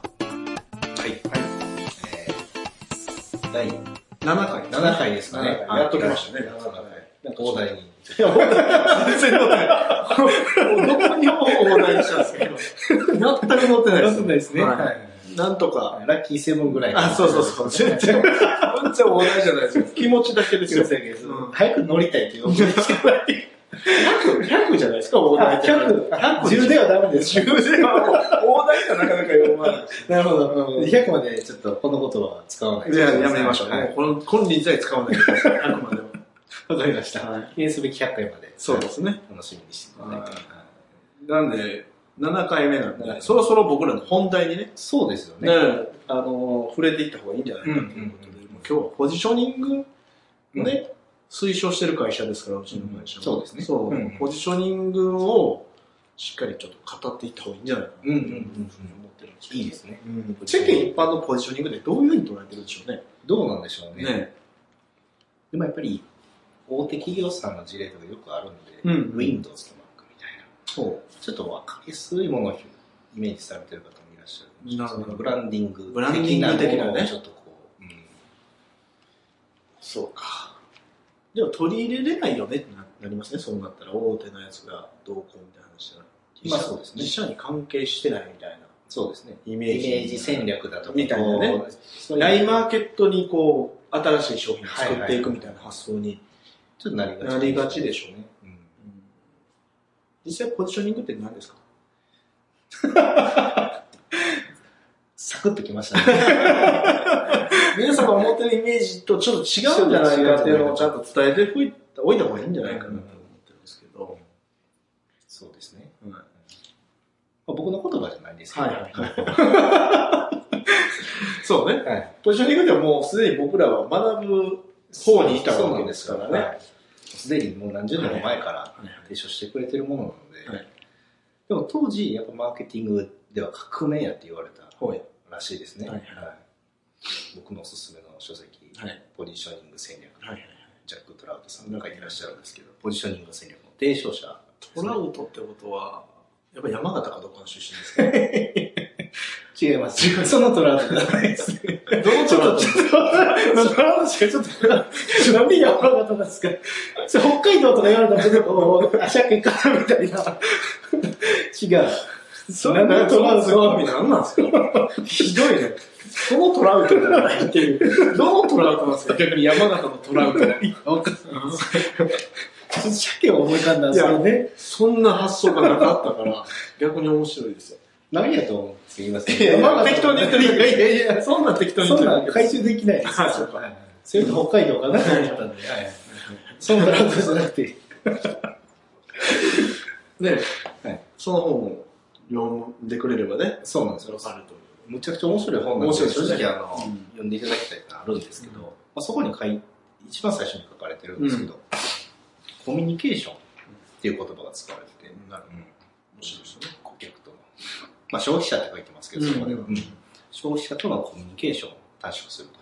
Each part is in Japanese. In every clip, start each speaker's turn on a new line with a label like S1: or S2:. S1: え
S2: はい。
S1: ー第
S2: 7回。7回ですかね。
S1: 7回やっときましたね
S2: はい
S1: 7回
S2: なんか大台に。
S1: 全然
S2: どこにも大台にしたんですけど。全く乗ってないで
S1: 乗
S2: す。
S1: ってないですね
S2: は。
S1: はい
S2: なんとか、ラッキーセブンぐらい。
S1: あ、そうそうそう。全然、全然大台じゃないですよ。気持ちだけですよ。
S2: うん早く乗りたいっていう思いですけど 100, 100じゃないですか、大台って。
S1: 100 100
S2: 10ではダメです。
S1: 10ではもう大台じゃなかなか読まない。
S2: なるほど。
S1: うん
S2: 200までちょっとこのことは使わない。
S1: いや、やめましょう。
S2: はい
S1: もうこの、金輪際使わないでください。あくまでも。
S2: わかりまし た。
S1: はい
S2: 記念すべき100回まで。
S1: そうですね。
S2: 楽しみにしてください。
S1: なんで、7回目なん
S2: は
S1: で、
S2: い
S1: そろそろ僕らの本題にね、
S2: そうですよ
S1: ね
S2: ね。
S1: あの、触れていった方がいいんじゃないかということで、もう今日はポジショニングをね、推奨してる会社ですから、うちの会社は。
S2: うんそうですね
S1: そう、
S2: うん
S1: ポジショニングをしっかりちょっと語っていった方がいいんじゃないかなと
S2: うん
S1: い
S2: うん
S1: うふ
S2: う
S1: う
S2: ん
S1: に思ってるんですけど
S2: いいですね。
S1: うん世間一般のポジショニングでどういうふうに捉えてるんでしょうね。
S2: どうなんでしょうね。
S1: ね。
S2: でもやっぱり、大手企業さんの事例とかよくあるんで、
S1: うん
S2: Windows の Mac みたいな、
S1: そう。
S2: ちょっと分かりやすいものをイメージされてる方もいらっしゃる。
S1: なるほど
S2: そのブランディング
S1: ブランディング的なね
S2: ものをちょっとこう、うん
S1: そうか。でも取り入れれないよねってななりますね、そうなったら。大手のやつがどうこうみたいな話じゃない。
S2: まあそうですね
S1: 自社に関係してないみたいな
S2: そうですね。
S1: イメ
S2: イ
S1: ージ。
S2: メージ戦略だとか、
S1: みたいなね
S2: こう。そういう
S1: 大マーケットにこう、新しい商品を作っていくみたいな発想に
S2: ちょっとなりがち
S1: なりがちでしょうね。
S2: うん
S1: 実際ポジショニングって何ですか
S2: サクッときました ね。
S1: 皆さんが思ってるイメージとちょっと違うんじゃないかっていうのをちゃんと伝えておいたおいた方がいいんじゃないかなと思ってるんですけど。
S2: そうですね。
S1: うん
S2: まあ僕の言葉じゃないですけど。
S1: はいはいそうね。
S2: はい。
S1: ポジショニングではもうすでに僕らは学ぶ方にいたわけですからね。
S2: はいすでにもう何十年も前から
S1: はい
S2: 提唱してくれてるものなので、
S1: はい
S2: でも当時、やっぱマーケティングでは革命やって言われた
S1: はい
S2: らしいですね。
S1: はい
S2: 僕のおすすめの書籍、
S1: はい
S2: ポジショニング戦略、
S1: はい。
S2: ジャック・トラウトさんが書いてらっしゃるんですけど、ポジショニング戦略の提唱者です
S1: ト
S2: ね、
S1: ラウトってことは、やっぱ山形かどっかの出身ですか
S2: 違います。そのトラウトじゃないです。
S1: どの
S2: ちょっと、ちょっと、トラウトしかちょっと、なんで山形なんですかそれ北海道とか言われたらちょっとこう、あしゃけかなみたいな。 違う。
S1: それなんかトラウトの何なんですかひどいね。そのトラウトじゃないっていう。どのトラウトなんですか逆に山形のトラウト。
S2: わかんないちょっと鮭を思い浮かんだんですけどね。
S1: そんな発想がなかったから、逆に面白いですよ。
S2: 何やと思うんですか言います
S1: いやまあ適当に言ってる
S2: いやいやいや、
S1: そんな適当に
S2: そん
S1: 言
S2: な
S1: っ
S2: ん
S1: て
S2: 回収できないです。
S1: あそうか
S2: はいそれと北海道かなと思ったんで。はいそのトラウトじゃなくて。
S1: る。ね、
S2: はい
S1: その本を読んでくれればね、
S2: そうなんです
S1: わ
S2: よ。
S1: かると思う。
S2: むちゃくちゃ面白い本なんで、
S1: 面白いですね
S2: 正直あの、
S1: うん
S2: 読んでいただきたいのはあるんですけど、まあ、そこに書い、一番最初に書かれてるんですけど、コミュニケーションっていう言葉が使われてて、
S1: なるほど
S2: うん
S1: 面白いですよね。
S2: 顧客との、まあ、消費者って書いてますけど、そこでは、うん消費者とのコミュニケーションを短縮すると。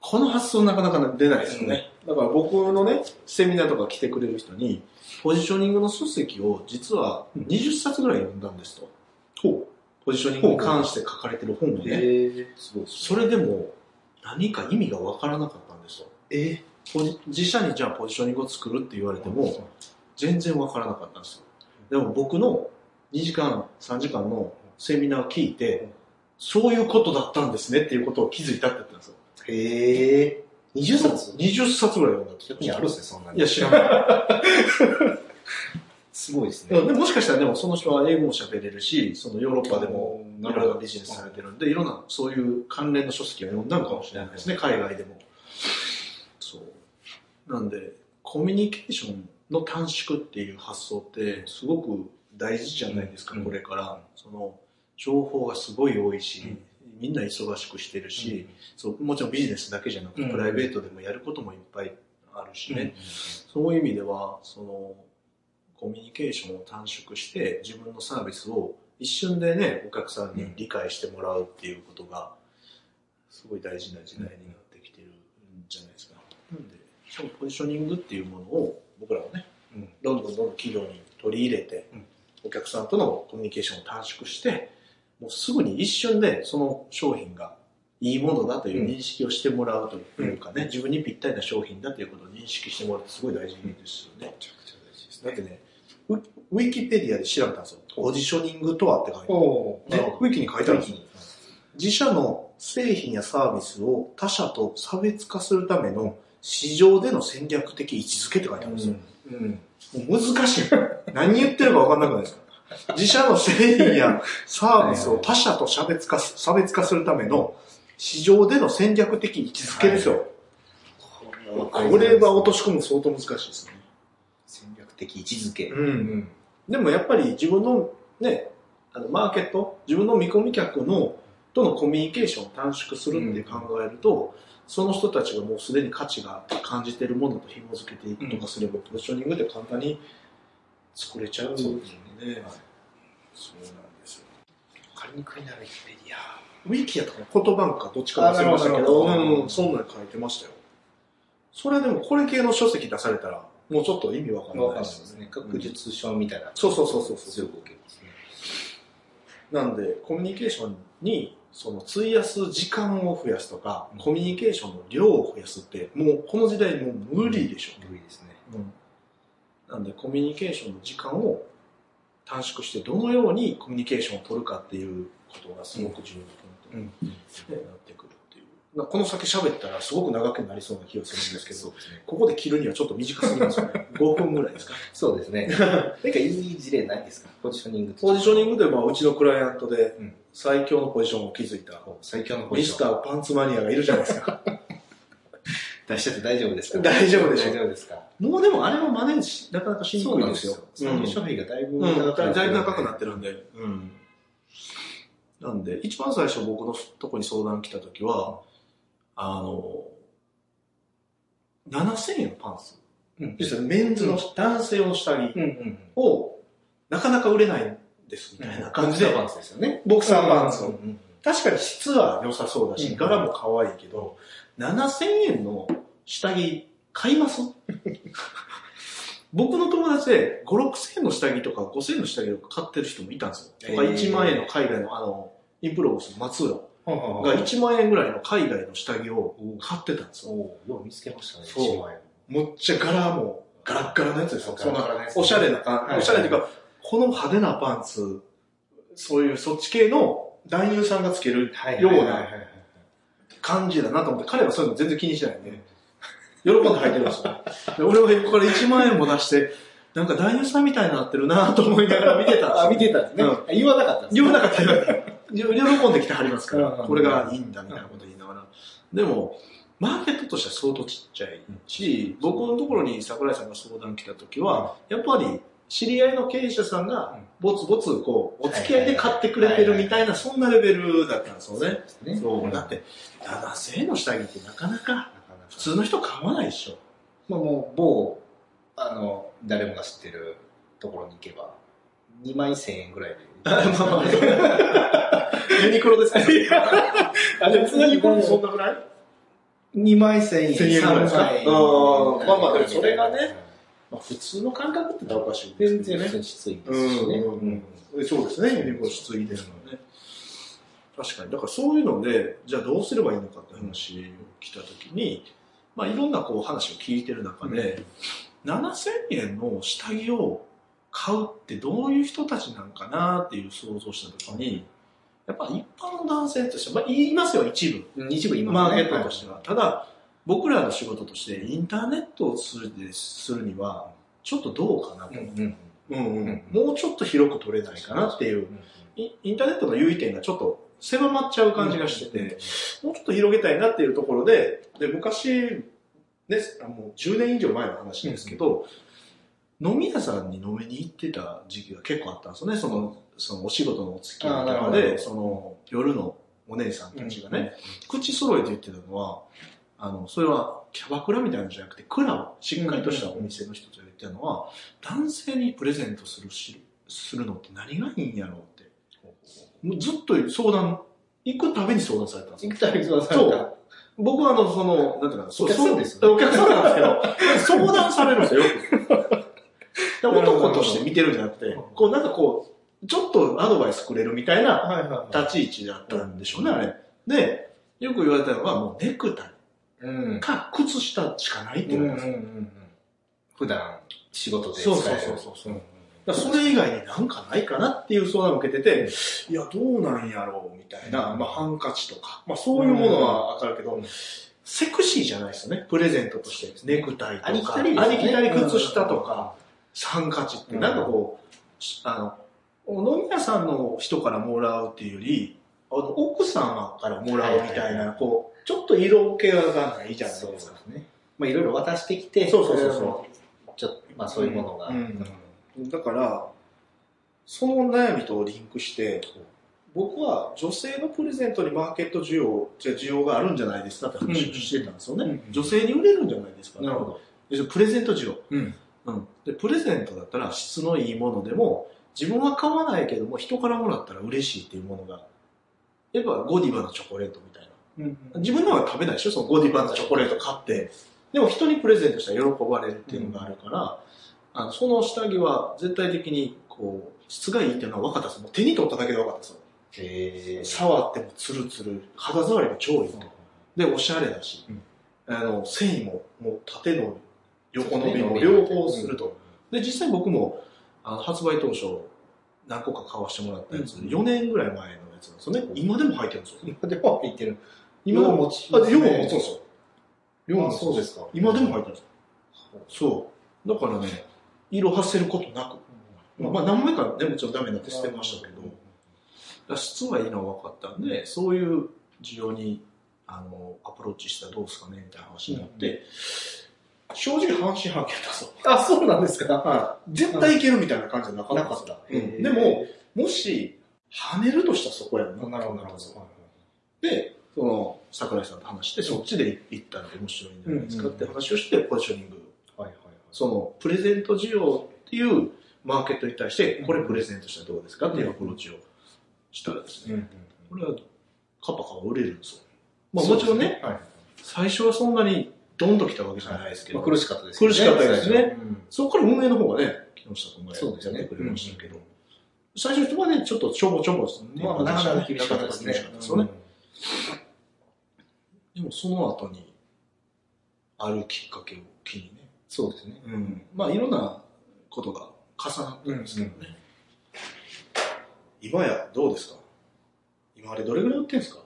S1: この発想なかなか出ないですよね。だから僕のね、セミナーとか来てくれる人に、ポジショニングの書籍を実は20冊ぐらい読んだんですと。ポジショニングに関して書かれてる本をね。
S2: えすごいです
S1: それでも何か意味がわからなかったんですと。
S2: え
S1: ポジ自社にじゃあポジショニングを作るって言われても、全然わからなかったんですよ。でも僕の2時間、3時間のセミナーを聞いて、そういうことだったんですねっていうことを気づいたって言ったんですよ。
S2: へえー、20冊
S1: ?20 冊ぐらい読んだって。
S2: 逆にあるんですね、そんないに。
S1: や、知らない。
S2: すごいです
S1: で
S2: ね。
S1: ももしかしたらでもその人は英語も喋れるし、そのヨーロッパでもいろいろなビジネスされてるんで、いろんなそういう関連の書籍を読んだのかもしれないですね、海外でも。そう。なんで、コミュニケーションの短縮っていう発想ってすごく大事じゃないですか、
S2: うん
S1: これから。その、情報がすごい多いし、
S2: うん
S1: みんな忙しくしてるし、
S2: し、
S1: そう、もちろんビジネスだけじゃなくて、
S2: うん
S1: プライベートでもやることもいっぱいあるしね。
S2: ね、
S1: そういう意味では、その、コミュニケーションを短縮して、自分のサービスを一瞬でね、お客さんに理解してもらうっていうことが、すごい大事な時代になってきてるんじゃないですか。なんで、そのポジショニングっていうものを、僕らはね、
S2: うん
S1: どんどんどんどん企業に取り入れて
S2: うん、
S1: お客さんとのコミュニケーションを短縮して、もうすぐに一瞬でその商品がいいものだという認識をしてもらうというかね、自分にぴったりな商品だということを認識してもらうってすごい大事ですよね。
S2: ちゃくちゃ大事です
S1: だってね、ウィウィキペディアで調べたんですよ。ポジショニングとはって書いてある。
S3: お
S2: なるほ
S1: ね
S2: ど、
S1: ウィキに書いてあるんですよ。自社の製品やサービスを他社と差別化するための市場での戦略的位置づけって書いてあるんですよ。
S2: うん。
S1: もう難しい。何言ってるか分かんなくないですか自社の製品やサービスを他社と差別化す差別化するための市場での戦略的位置づけですよ。これは落とし込むの相当難しいですね。
S2: 戦略的位置づけ。
S1: う。
S2: うん
S1: でもやっぱり自分のね、あのマーケット、自分の見込み客のとのコミュニケーションを短縮するって考えると、その人たちがもうすでに価値があって感じてるものと紐付けていくとかすれば、ポジショニングって簡単に作れちゃう
S2: そ
S1: の
S2: う
S1: で
S2: です
S1: ね。
S2: そうなんですよ。わかりにくいな、ウィキペディア。
S1: ウィキやとか言葉かどっちか忘れましたけど、
S3: あなるほどなるほど
S1: うん、そんなん書いてましたよ。それでもこれ系の書籍出されたら、もうちょっと意味わかんない
S2: わかんないですね。学術書みたいな。
S1: そうそうそうそう
S2: 強く受けますね。
S1: なんで、コミュニケーションに、その、費やす時間を増やすとか、
S2: うん
S1: コミュニケーションの量を増やすって、もうこの時代もう無理でしょ。
S2: 無理ですね。
S1: うんなんで、コミュニケーションの時間を短縮して、どのようにコミュニケーションを取るかっていうことがすごく重要なポイントにねなってくるっていう。なこの先喋ったらすごく長くなりそうな気がするんですけど、
S2: うですね。
S1: ここで切るにはちょっと短すぎますよ ね。5分ぐらいですか。
S2: そうです ね。なんかいい事例ないですかポジショニング
S1: ポジショニ
S2: グ
S1: ングで、まあ、うちのクライアントで
S2: うん
S1: 最強のポジションを築いた、
S2: 最強のポ
S1: ミ
S2: ジ
S1: ス
S2: シ
S1: タ
S2: ョ
S1: ー
S2: ン。
S1: パンツマニアがいるじゃないですか。
S2: 出しちゃって大丈夫ですか
S1: 大丈夫でしょ
S2: 大丈夫ですか
S1: もうでもあれも真似し、なかなかしにくいですよ。
S2: そうなんですよ。費がだいぶ
S1: うん、うん、だだいぶ
S2: 高
S1: 高
S2: く
S1: く
S2: な
S1: な
S2: っ
S1: っててるんで。うん。なんで、一番最初僕のとこに相談来た時は、あの、7000円のパンツ。
S2: うん
S1: ですよね、メンズの男性の下着
S2: うんうん。
S1: を、なかなか売れないんです、みたいな感じで。
S2: パンツですよね。
S1: ボクサーパンツ
S2: う
S1: を
S2: ん。うん
S1: 確かに質は良さそうだ
S2: う
S1: し、
S2: ん
S1: 柄も可愛いけど、7000円の下着買います 僕の友達で5、6000円の下着とか5000円の下着を買ってる人もいたんですよ。とか
S2: へー
S1: 1万円の海外のあの、インプロボスの松浦
S2: うん。
S1: が1万円ぐらいの海外の下着を買ってたんですよ。
S2: おーよう見つけましたね。
S1: そう
S2: 一万円
S1: むっちゃ柄もガラッガラのやつですよ。
S2: ガラッガラのやつ
S1: そんなおしゃれな感
S2: はいはい
S1: おしゃれっていうか、この派手なパンツ、そういうそっち系の男優さんがつける
S2: はい
S1: よう
S2: はい
S1: な
S2: はいはい
S1: 感じだなと思って、彼はそういうの全然気にしないんで、喜んで履いてるんですよ。で俺はここから1万円も出して、なんか男優さんみたいになってるなと思いながら見てたんです
S3: あ、
S1: よ
S3: 見てたんですね。
S1: うん
S3: あ言わなかったんです
S1: 言
S3: ね
S1: わなかったよ。喜んできてはりますから
S3: うん、
S1: これがいいんだみたいなこと言いながら。でも、マーケットとしては相当ちっちゃいし、僕のところに桜井さんが相談来た時は、やっぱり知り合いの経営者さんが
S2: うん、
S1: ぼつぼつ、こう、お付き合いで買ってくれてるみたいな、そんなレベルだったんですよね。
S2: ですね。
S1: そう。
S2: ん
S1: だっ、て、7000円の下着ってなかなか、
S2: なかなか
S1: 普通の人買わないでしょ。
S2: まあもう某、あの、誰もが知ってるところに行けば、2万1000円 ぐらいで。
S1: ユニクロですかあ、でも普通のユニクロもそんなぐらい
S3: 2万1000
S1: 1000
S3: 円、
S1: 円ぐらい
S3: 3
S1: ですか
S3: 万円。
S1: うんまあまあでもそれがね、まあ、普通の感覚って言ったらおかしいです
S2: 全
S1: けど
S2: 然
S1: ね。
S2: ね、普通に失意ですしね。
S1: うんうんうんそうですね、ユニコーン質疑ですからね。確かに。だからそういうので、じゃあどうすればいいのかって話を来たときに、まあいろんなこう話を聞いてる中で、7000円の下着を買うってどういう人たちなんかなっていう想像したときに、やっぱ一般の男性としては、まあ言いますよ、一部。
S2: うん一部今、
S1: マーケットとしては。ただ、僕らの仕事として、インターネットをするでするには、ちょっとどうかなと。
S2: うんうん
S1: うん
S2: うん
S1: もうちょっと広く取れないかなっていうう。
S2: ん
S1: インインターネットの優位点がちょっと狭まっちゃう感じがしてて、もうちょっと広げたいなっていうところで、で、昔、ね、あもう10年以上前の話ですけど、飲み屋さんに飲みに行ってた時期が結構あったんですよね、その、そのお仕事のお付き合いと
S2: あー
S1: か
S2: なるほど
S1: で、その、夜のお姉さんたちがね、口揃えて言ってたのは、あの、それはキャバクラみたいなのじゃなくて、クラブ、しっかりとしたお店の人と言ってたのは、男性にプレゼントするし、するのって何がいいんやろうって。もうずっと相談、行くたびに相談されたんですよ
S3: 行くたびに相談さ
S1: そ
S3: れ
S1: う
S3: た。。
S1: 僕はあの、その、なんていうかな、
S2: お客さんです
S1: よ、お客さん なんですけど、相談されるんですよ、よく。で男として見てるんじゃなくて、こう、なんかこう、ちょっとアドバイスくれるみたいな
S2: はいはいはい。
S1: 立ち位置だったんでしょうね、あれ。で、よく言われたのは、もうネクタ
S2: うん
S1: イ。か靴下しかないって
S2: う
S1: い
S2: んうん
S1: う
S2: うんん
S1: です
S2: う
S1: よ。
S2: ん。普段、仕事で使
S1: そ
S2: え
S1: う
S2: る。
S1: そうそうそうそう。
S2: うん
S1: だからそれ以外になんかないかなっていう相談を受けてて、いや、どうなんやろうみたいな、
S2: うん
S1: まあ、ハンカチとか、まあ、そういうものはわかるけど、
S2: うん
S1: セクシーじゃないですよね、プレゼントとして。ネクタイとか、
S2: ありきたりですね
S1: ありきたり靴下とか、ハンカチって、なんかこう、あの、飲み屋さんの人からもらうっていうより、あの奥様からもらうみた
S2: はいいはい
S1: な、
S2: はい
S1: こう、ちょっと色気がないじゃない
S2: そう
S1: で
S2: ですす
S1: か。
S2: ね。まあいろいろ渡してきて、
S1: そうそうそうそ
S2: ちょっと、まあそういうものが。
S1: うんうんだから、その悩みとリンクして、僕は女性のプレゼントにマーケット需要、じゃあ需要があるんじゃないですかって話をしてたんですよね。
S2: うんうん
S1: 女性に売れるんじゃないですか。
S2: なるほど。
S1: 要するにプレゼント需要。
S2: うん。
S1: うん。で、プレゼントだったら質のいいものでも、自分は買わないけども、人からもらったら嬉しいっていうものが。やっぱゴディバのチョコレートみたいな。自分のは食べないでしょそのゴディバのチョコレート買って。でも人にプレゼントしたら喜ばれるっていうのがあるから、あのその下着は絶対的にこう、質がいいっていうのは分かったです。もう手に取っただけで分かったですよ。
S2: へー
S1: 触ってもツルツル、肌触りも超いいと。で、おしゃれだし、
S2: うん
S1: あの、繊維ももう縦の横伸び
S2: そう
S1: も
S2: ね
S1: 両方すると。。で、実際僕も、あの、発売当初、何個か買わしてもらったやつ、
S2: うん
S1: 4年ぐらい前のやつなんですよね。今でも履いてるんですよ。
S2: 今でも入ってる。
S1: 今でも
S2: 持ち
S1: あ、で、量も持つんですよ。量も
S2: あ
S1: 持つん
S2: そう
S1: ですよ
S2: ですか。
S1: 今でも入
S2: 入
S1: ってるんですよ。そう。だからね、色褪せることなく。まあ、まあ、何枚かね、もちろんダメになって捨てましたけど、だから質はいいのは分かったんで、そういう需要に、あの、アプローチしたらどうですかね、みたいな話になって、正直半信半疑だったぞ。
S3: あ、そうなんですか。
S1: はい。絶対いけるみたいな感じはなかった
S2: な
S1: で
S2: か
S1: す
S2: った。
S1: うんでも、もし、跳ねるとしたらそこやろな。
S2: なるほど、なるほ
S1: そ
S2: ど。
S1: うで、その、桜井さんと話して、そっちで行ったら面白いんじゃないですかって話をして、ポジショニング
S2: はいはいはい。
S1: そのプレゼント需要っていうマーケットに対して、これプレゼントしたらどうですかっていうアプローチをしたらですね、
S2: うん
S1: これはカパカパ売れるんですよ。まあもちろんね、。
S2: はい。
S1: 最初はそんなにドンと来たわけじゃないですけど、
S2: まあ苦しかったですけど
S1: 苦しかったですね
S2: 最初うん
S1: そこから運営の方がね、木下君が
S2: そうですね
S1: やってくれましたけど、最初はね、ちょっとちょぼちょぼですね。
S2: まあ、なかなか厳しかったですね。
S1: なかなか厳しかったですよね。でもその後に、あるきっかけを機にね、
S2: そうですね。
S1: うん、まあいろんなことが重なったんですけどね、今やどうですか今あれどれぐらい売ってんですか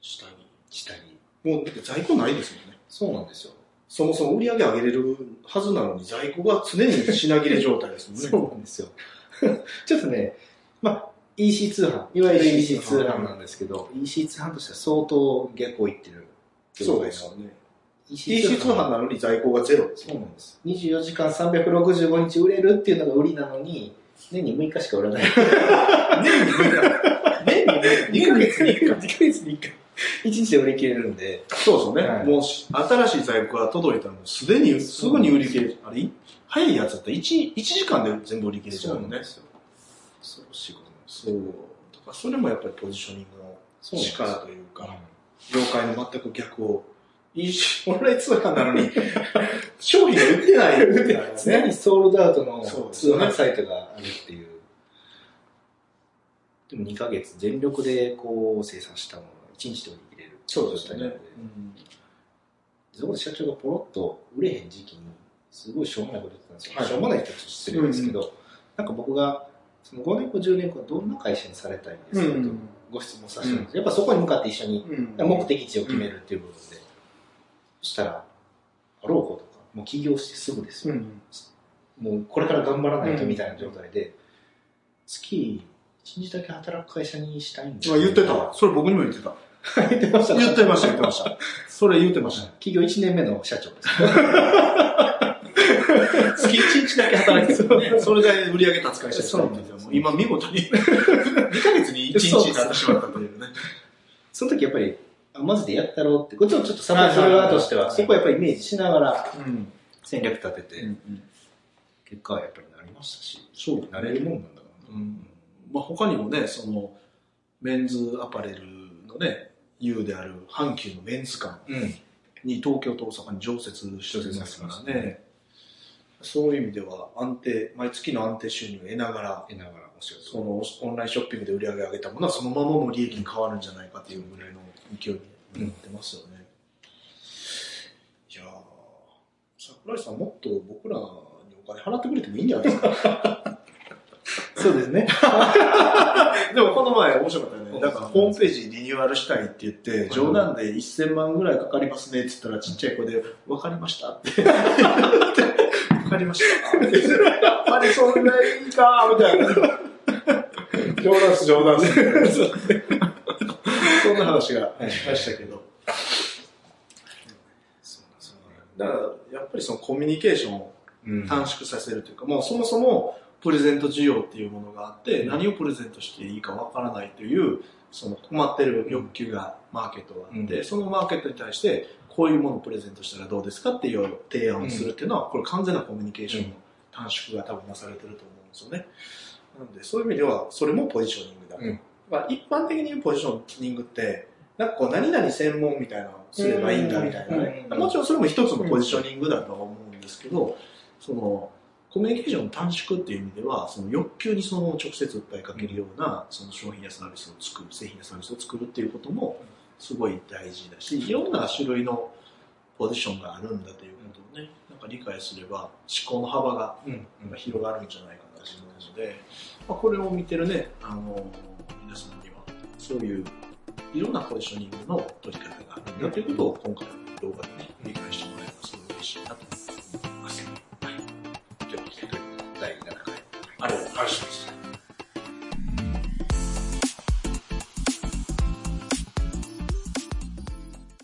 S1: 下に
S2: 下に。
S1: もうだって在庫ないですもんね
S2: そうなんですよ。
S1: そもそも売り上げ上げれるはずなのに在庫が常に品切れ状態ですもんね
S2: そうなんですよ。 ちょっとね、まあ、EC 通販、いわゆる EC 通販なんですけど、EC 通販としては相当逆をいってる。
S1: そうですよね
S2: EC
S1: EC
S2: 通
S1: 通販
S2: 販。
S1: なのに在庫がゼロです
S2: そうなんです。24時間365日売れるっていうのが売りなのに、年に6日しか売らない。
S1: 年に年に
S2: 2ヶ月に1
S1: 1
S2: 回。2ヶ月に1回。1日で売り切れるんで。
S1: そうですよね、
S2: はい
S1: もうし新しい在庫が届いたらもうすでにすぐに売り切れあれい早いやつだったら 1, 一時間で全部売り切れちゃうもんね
S2: よ。恐ろしいことなんです
S1: そう。だからそれもやっぱりポジショニングの力という
S2: よ
S1: か、業界の全く逆を、いいしオンライン通販なの に、商品が売ってないみたいなね
S2: 常にソールドアウトの
S1: そうです
S2: 通
S1: ね
S2: 販サイトがあるっていう。でも2ヶ月全力でこう生産したものが1日で売り切れる
S1: そうです
S2: 状態な
S1: ね
S2: の。そこで社長がポロッと売れへん時期に、すごいしょうもないこと言ってたんですよ。
S1: はい
S2: しょうもないって言ったら失礼ですけど、なんか僕が、その5年後、10年後はどんな会社にされたいんですかとご質問させてもらって、やっぱそこに向かって一緒に
S1: うん
S2: 目的地を決めるっていう部分で、そしたら、あろうことか、もう起業してすぐですよ。
S1: うん
S2: もうこれから頑張らないとみたいな状態で、月1日だけ働く会社にしたいんです
S1: あ言ってたわ。それ僕にも言ってた。
S2: 言ってました。
S1: 言ってました、言ってました。それ言ってました。
S2: 起業1年目の社長 です。
S1: 月1日だけ働いてる。それで売り上げ立つ会社
S2: そうなんですよ
S1: もう今見事に、2ヶ月に1日になってしまったというね。
S2: その時やっぱり、あマジでやったろうって、こっちもちょっとサポートす
S1: はいはい
S2: る
S1: はい
S2: 側としては、そこはやっぱりイメージしながら
S1: うん
S2: 戦略立てて、
S1: うん
S2: 結果はやっぱりなりましたし、
S1: そう
S2: なれるもんなんだからな。
S1: うんまあ、他にもねそのメンズアパレルのね U である阪急のメンズ館
S2: うん。
S1: に東京と大阪に常設してますからねそういう意味では安定、毎月の安定収入を得ながら、
S2: 得ながらお仕事
S1: そのオンラインショッピングで売り上げ上げたものはそのままもう利益に変わるんじゃないかというぐらいの勢いになってますよね。いやー、桜井さんもっと僕らにお金払ってくれてもいいんじゃないですか。
S3: そうですね。
S1: でもこの前面白かったよ
S2: う
S1: ね。
S2: ん
S1: なんかホームページリニューアルしたいって言って、冗談で1000万ぐらいかかりますねって言ったらちっちゃい子で、わかりましたって。わかりましたって。やっぱりそんなにいいかみたいな。冗談です、冗談 です。そんな話がありましたけど。だから、やっぱりそのコミュニケーションを
S2: うん
S1: 短縮させるというか、もうそもそもプレゼント需要っていうものがあって、何をプレゼントしていいかわからないという、その困ってる欲求がマーケットがあって、
S2: う
S1: そのマーケットに対して、こういうものをプレゼントしたらどうですかっていう提案をするっていうのは、これ完全なコミュニケーションの短縮が多分なされてると思うんですよね。なので、そういう意味では、それもポジショニングだ。
S2: うん
S1: まあ、一般的に言うポジショニングって、なんかこう、何々専門みたいなのをすればいいんだみたいなね。
S2: うん
S1: もちろんそれも一つのポジショニングだとは思うんですけど、その、コミュニケーションの短縮っていう意味では、その欲求にそのまま直接訴えかけるような、その商品やサービスを作る、製品やサービスを作るっていうことも、すごい大事だし、いろんな種類のポジションがあるんだということをね、なんか理解すれば、思考の幅が
S2: うん
S1: が広がるんじゃないかなと思うので、まあ、これを見てるね、あの、皆さんには、そういういろんなポジショニングの取り方があるんだということを今回は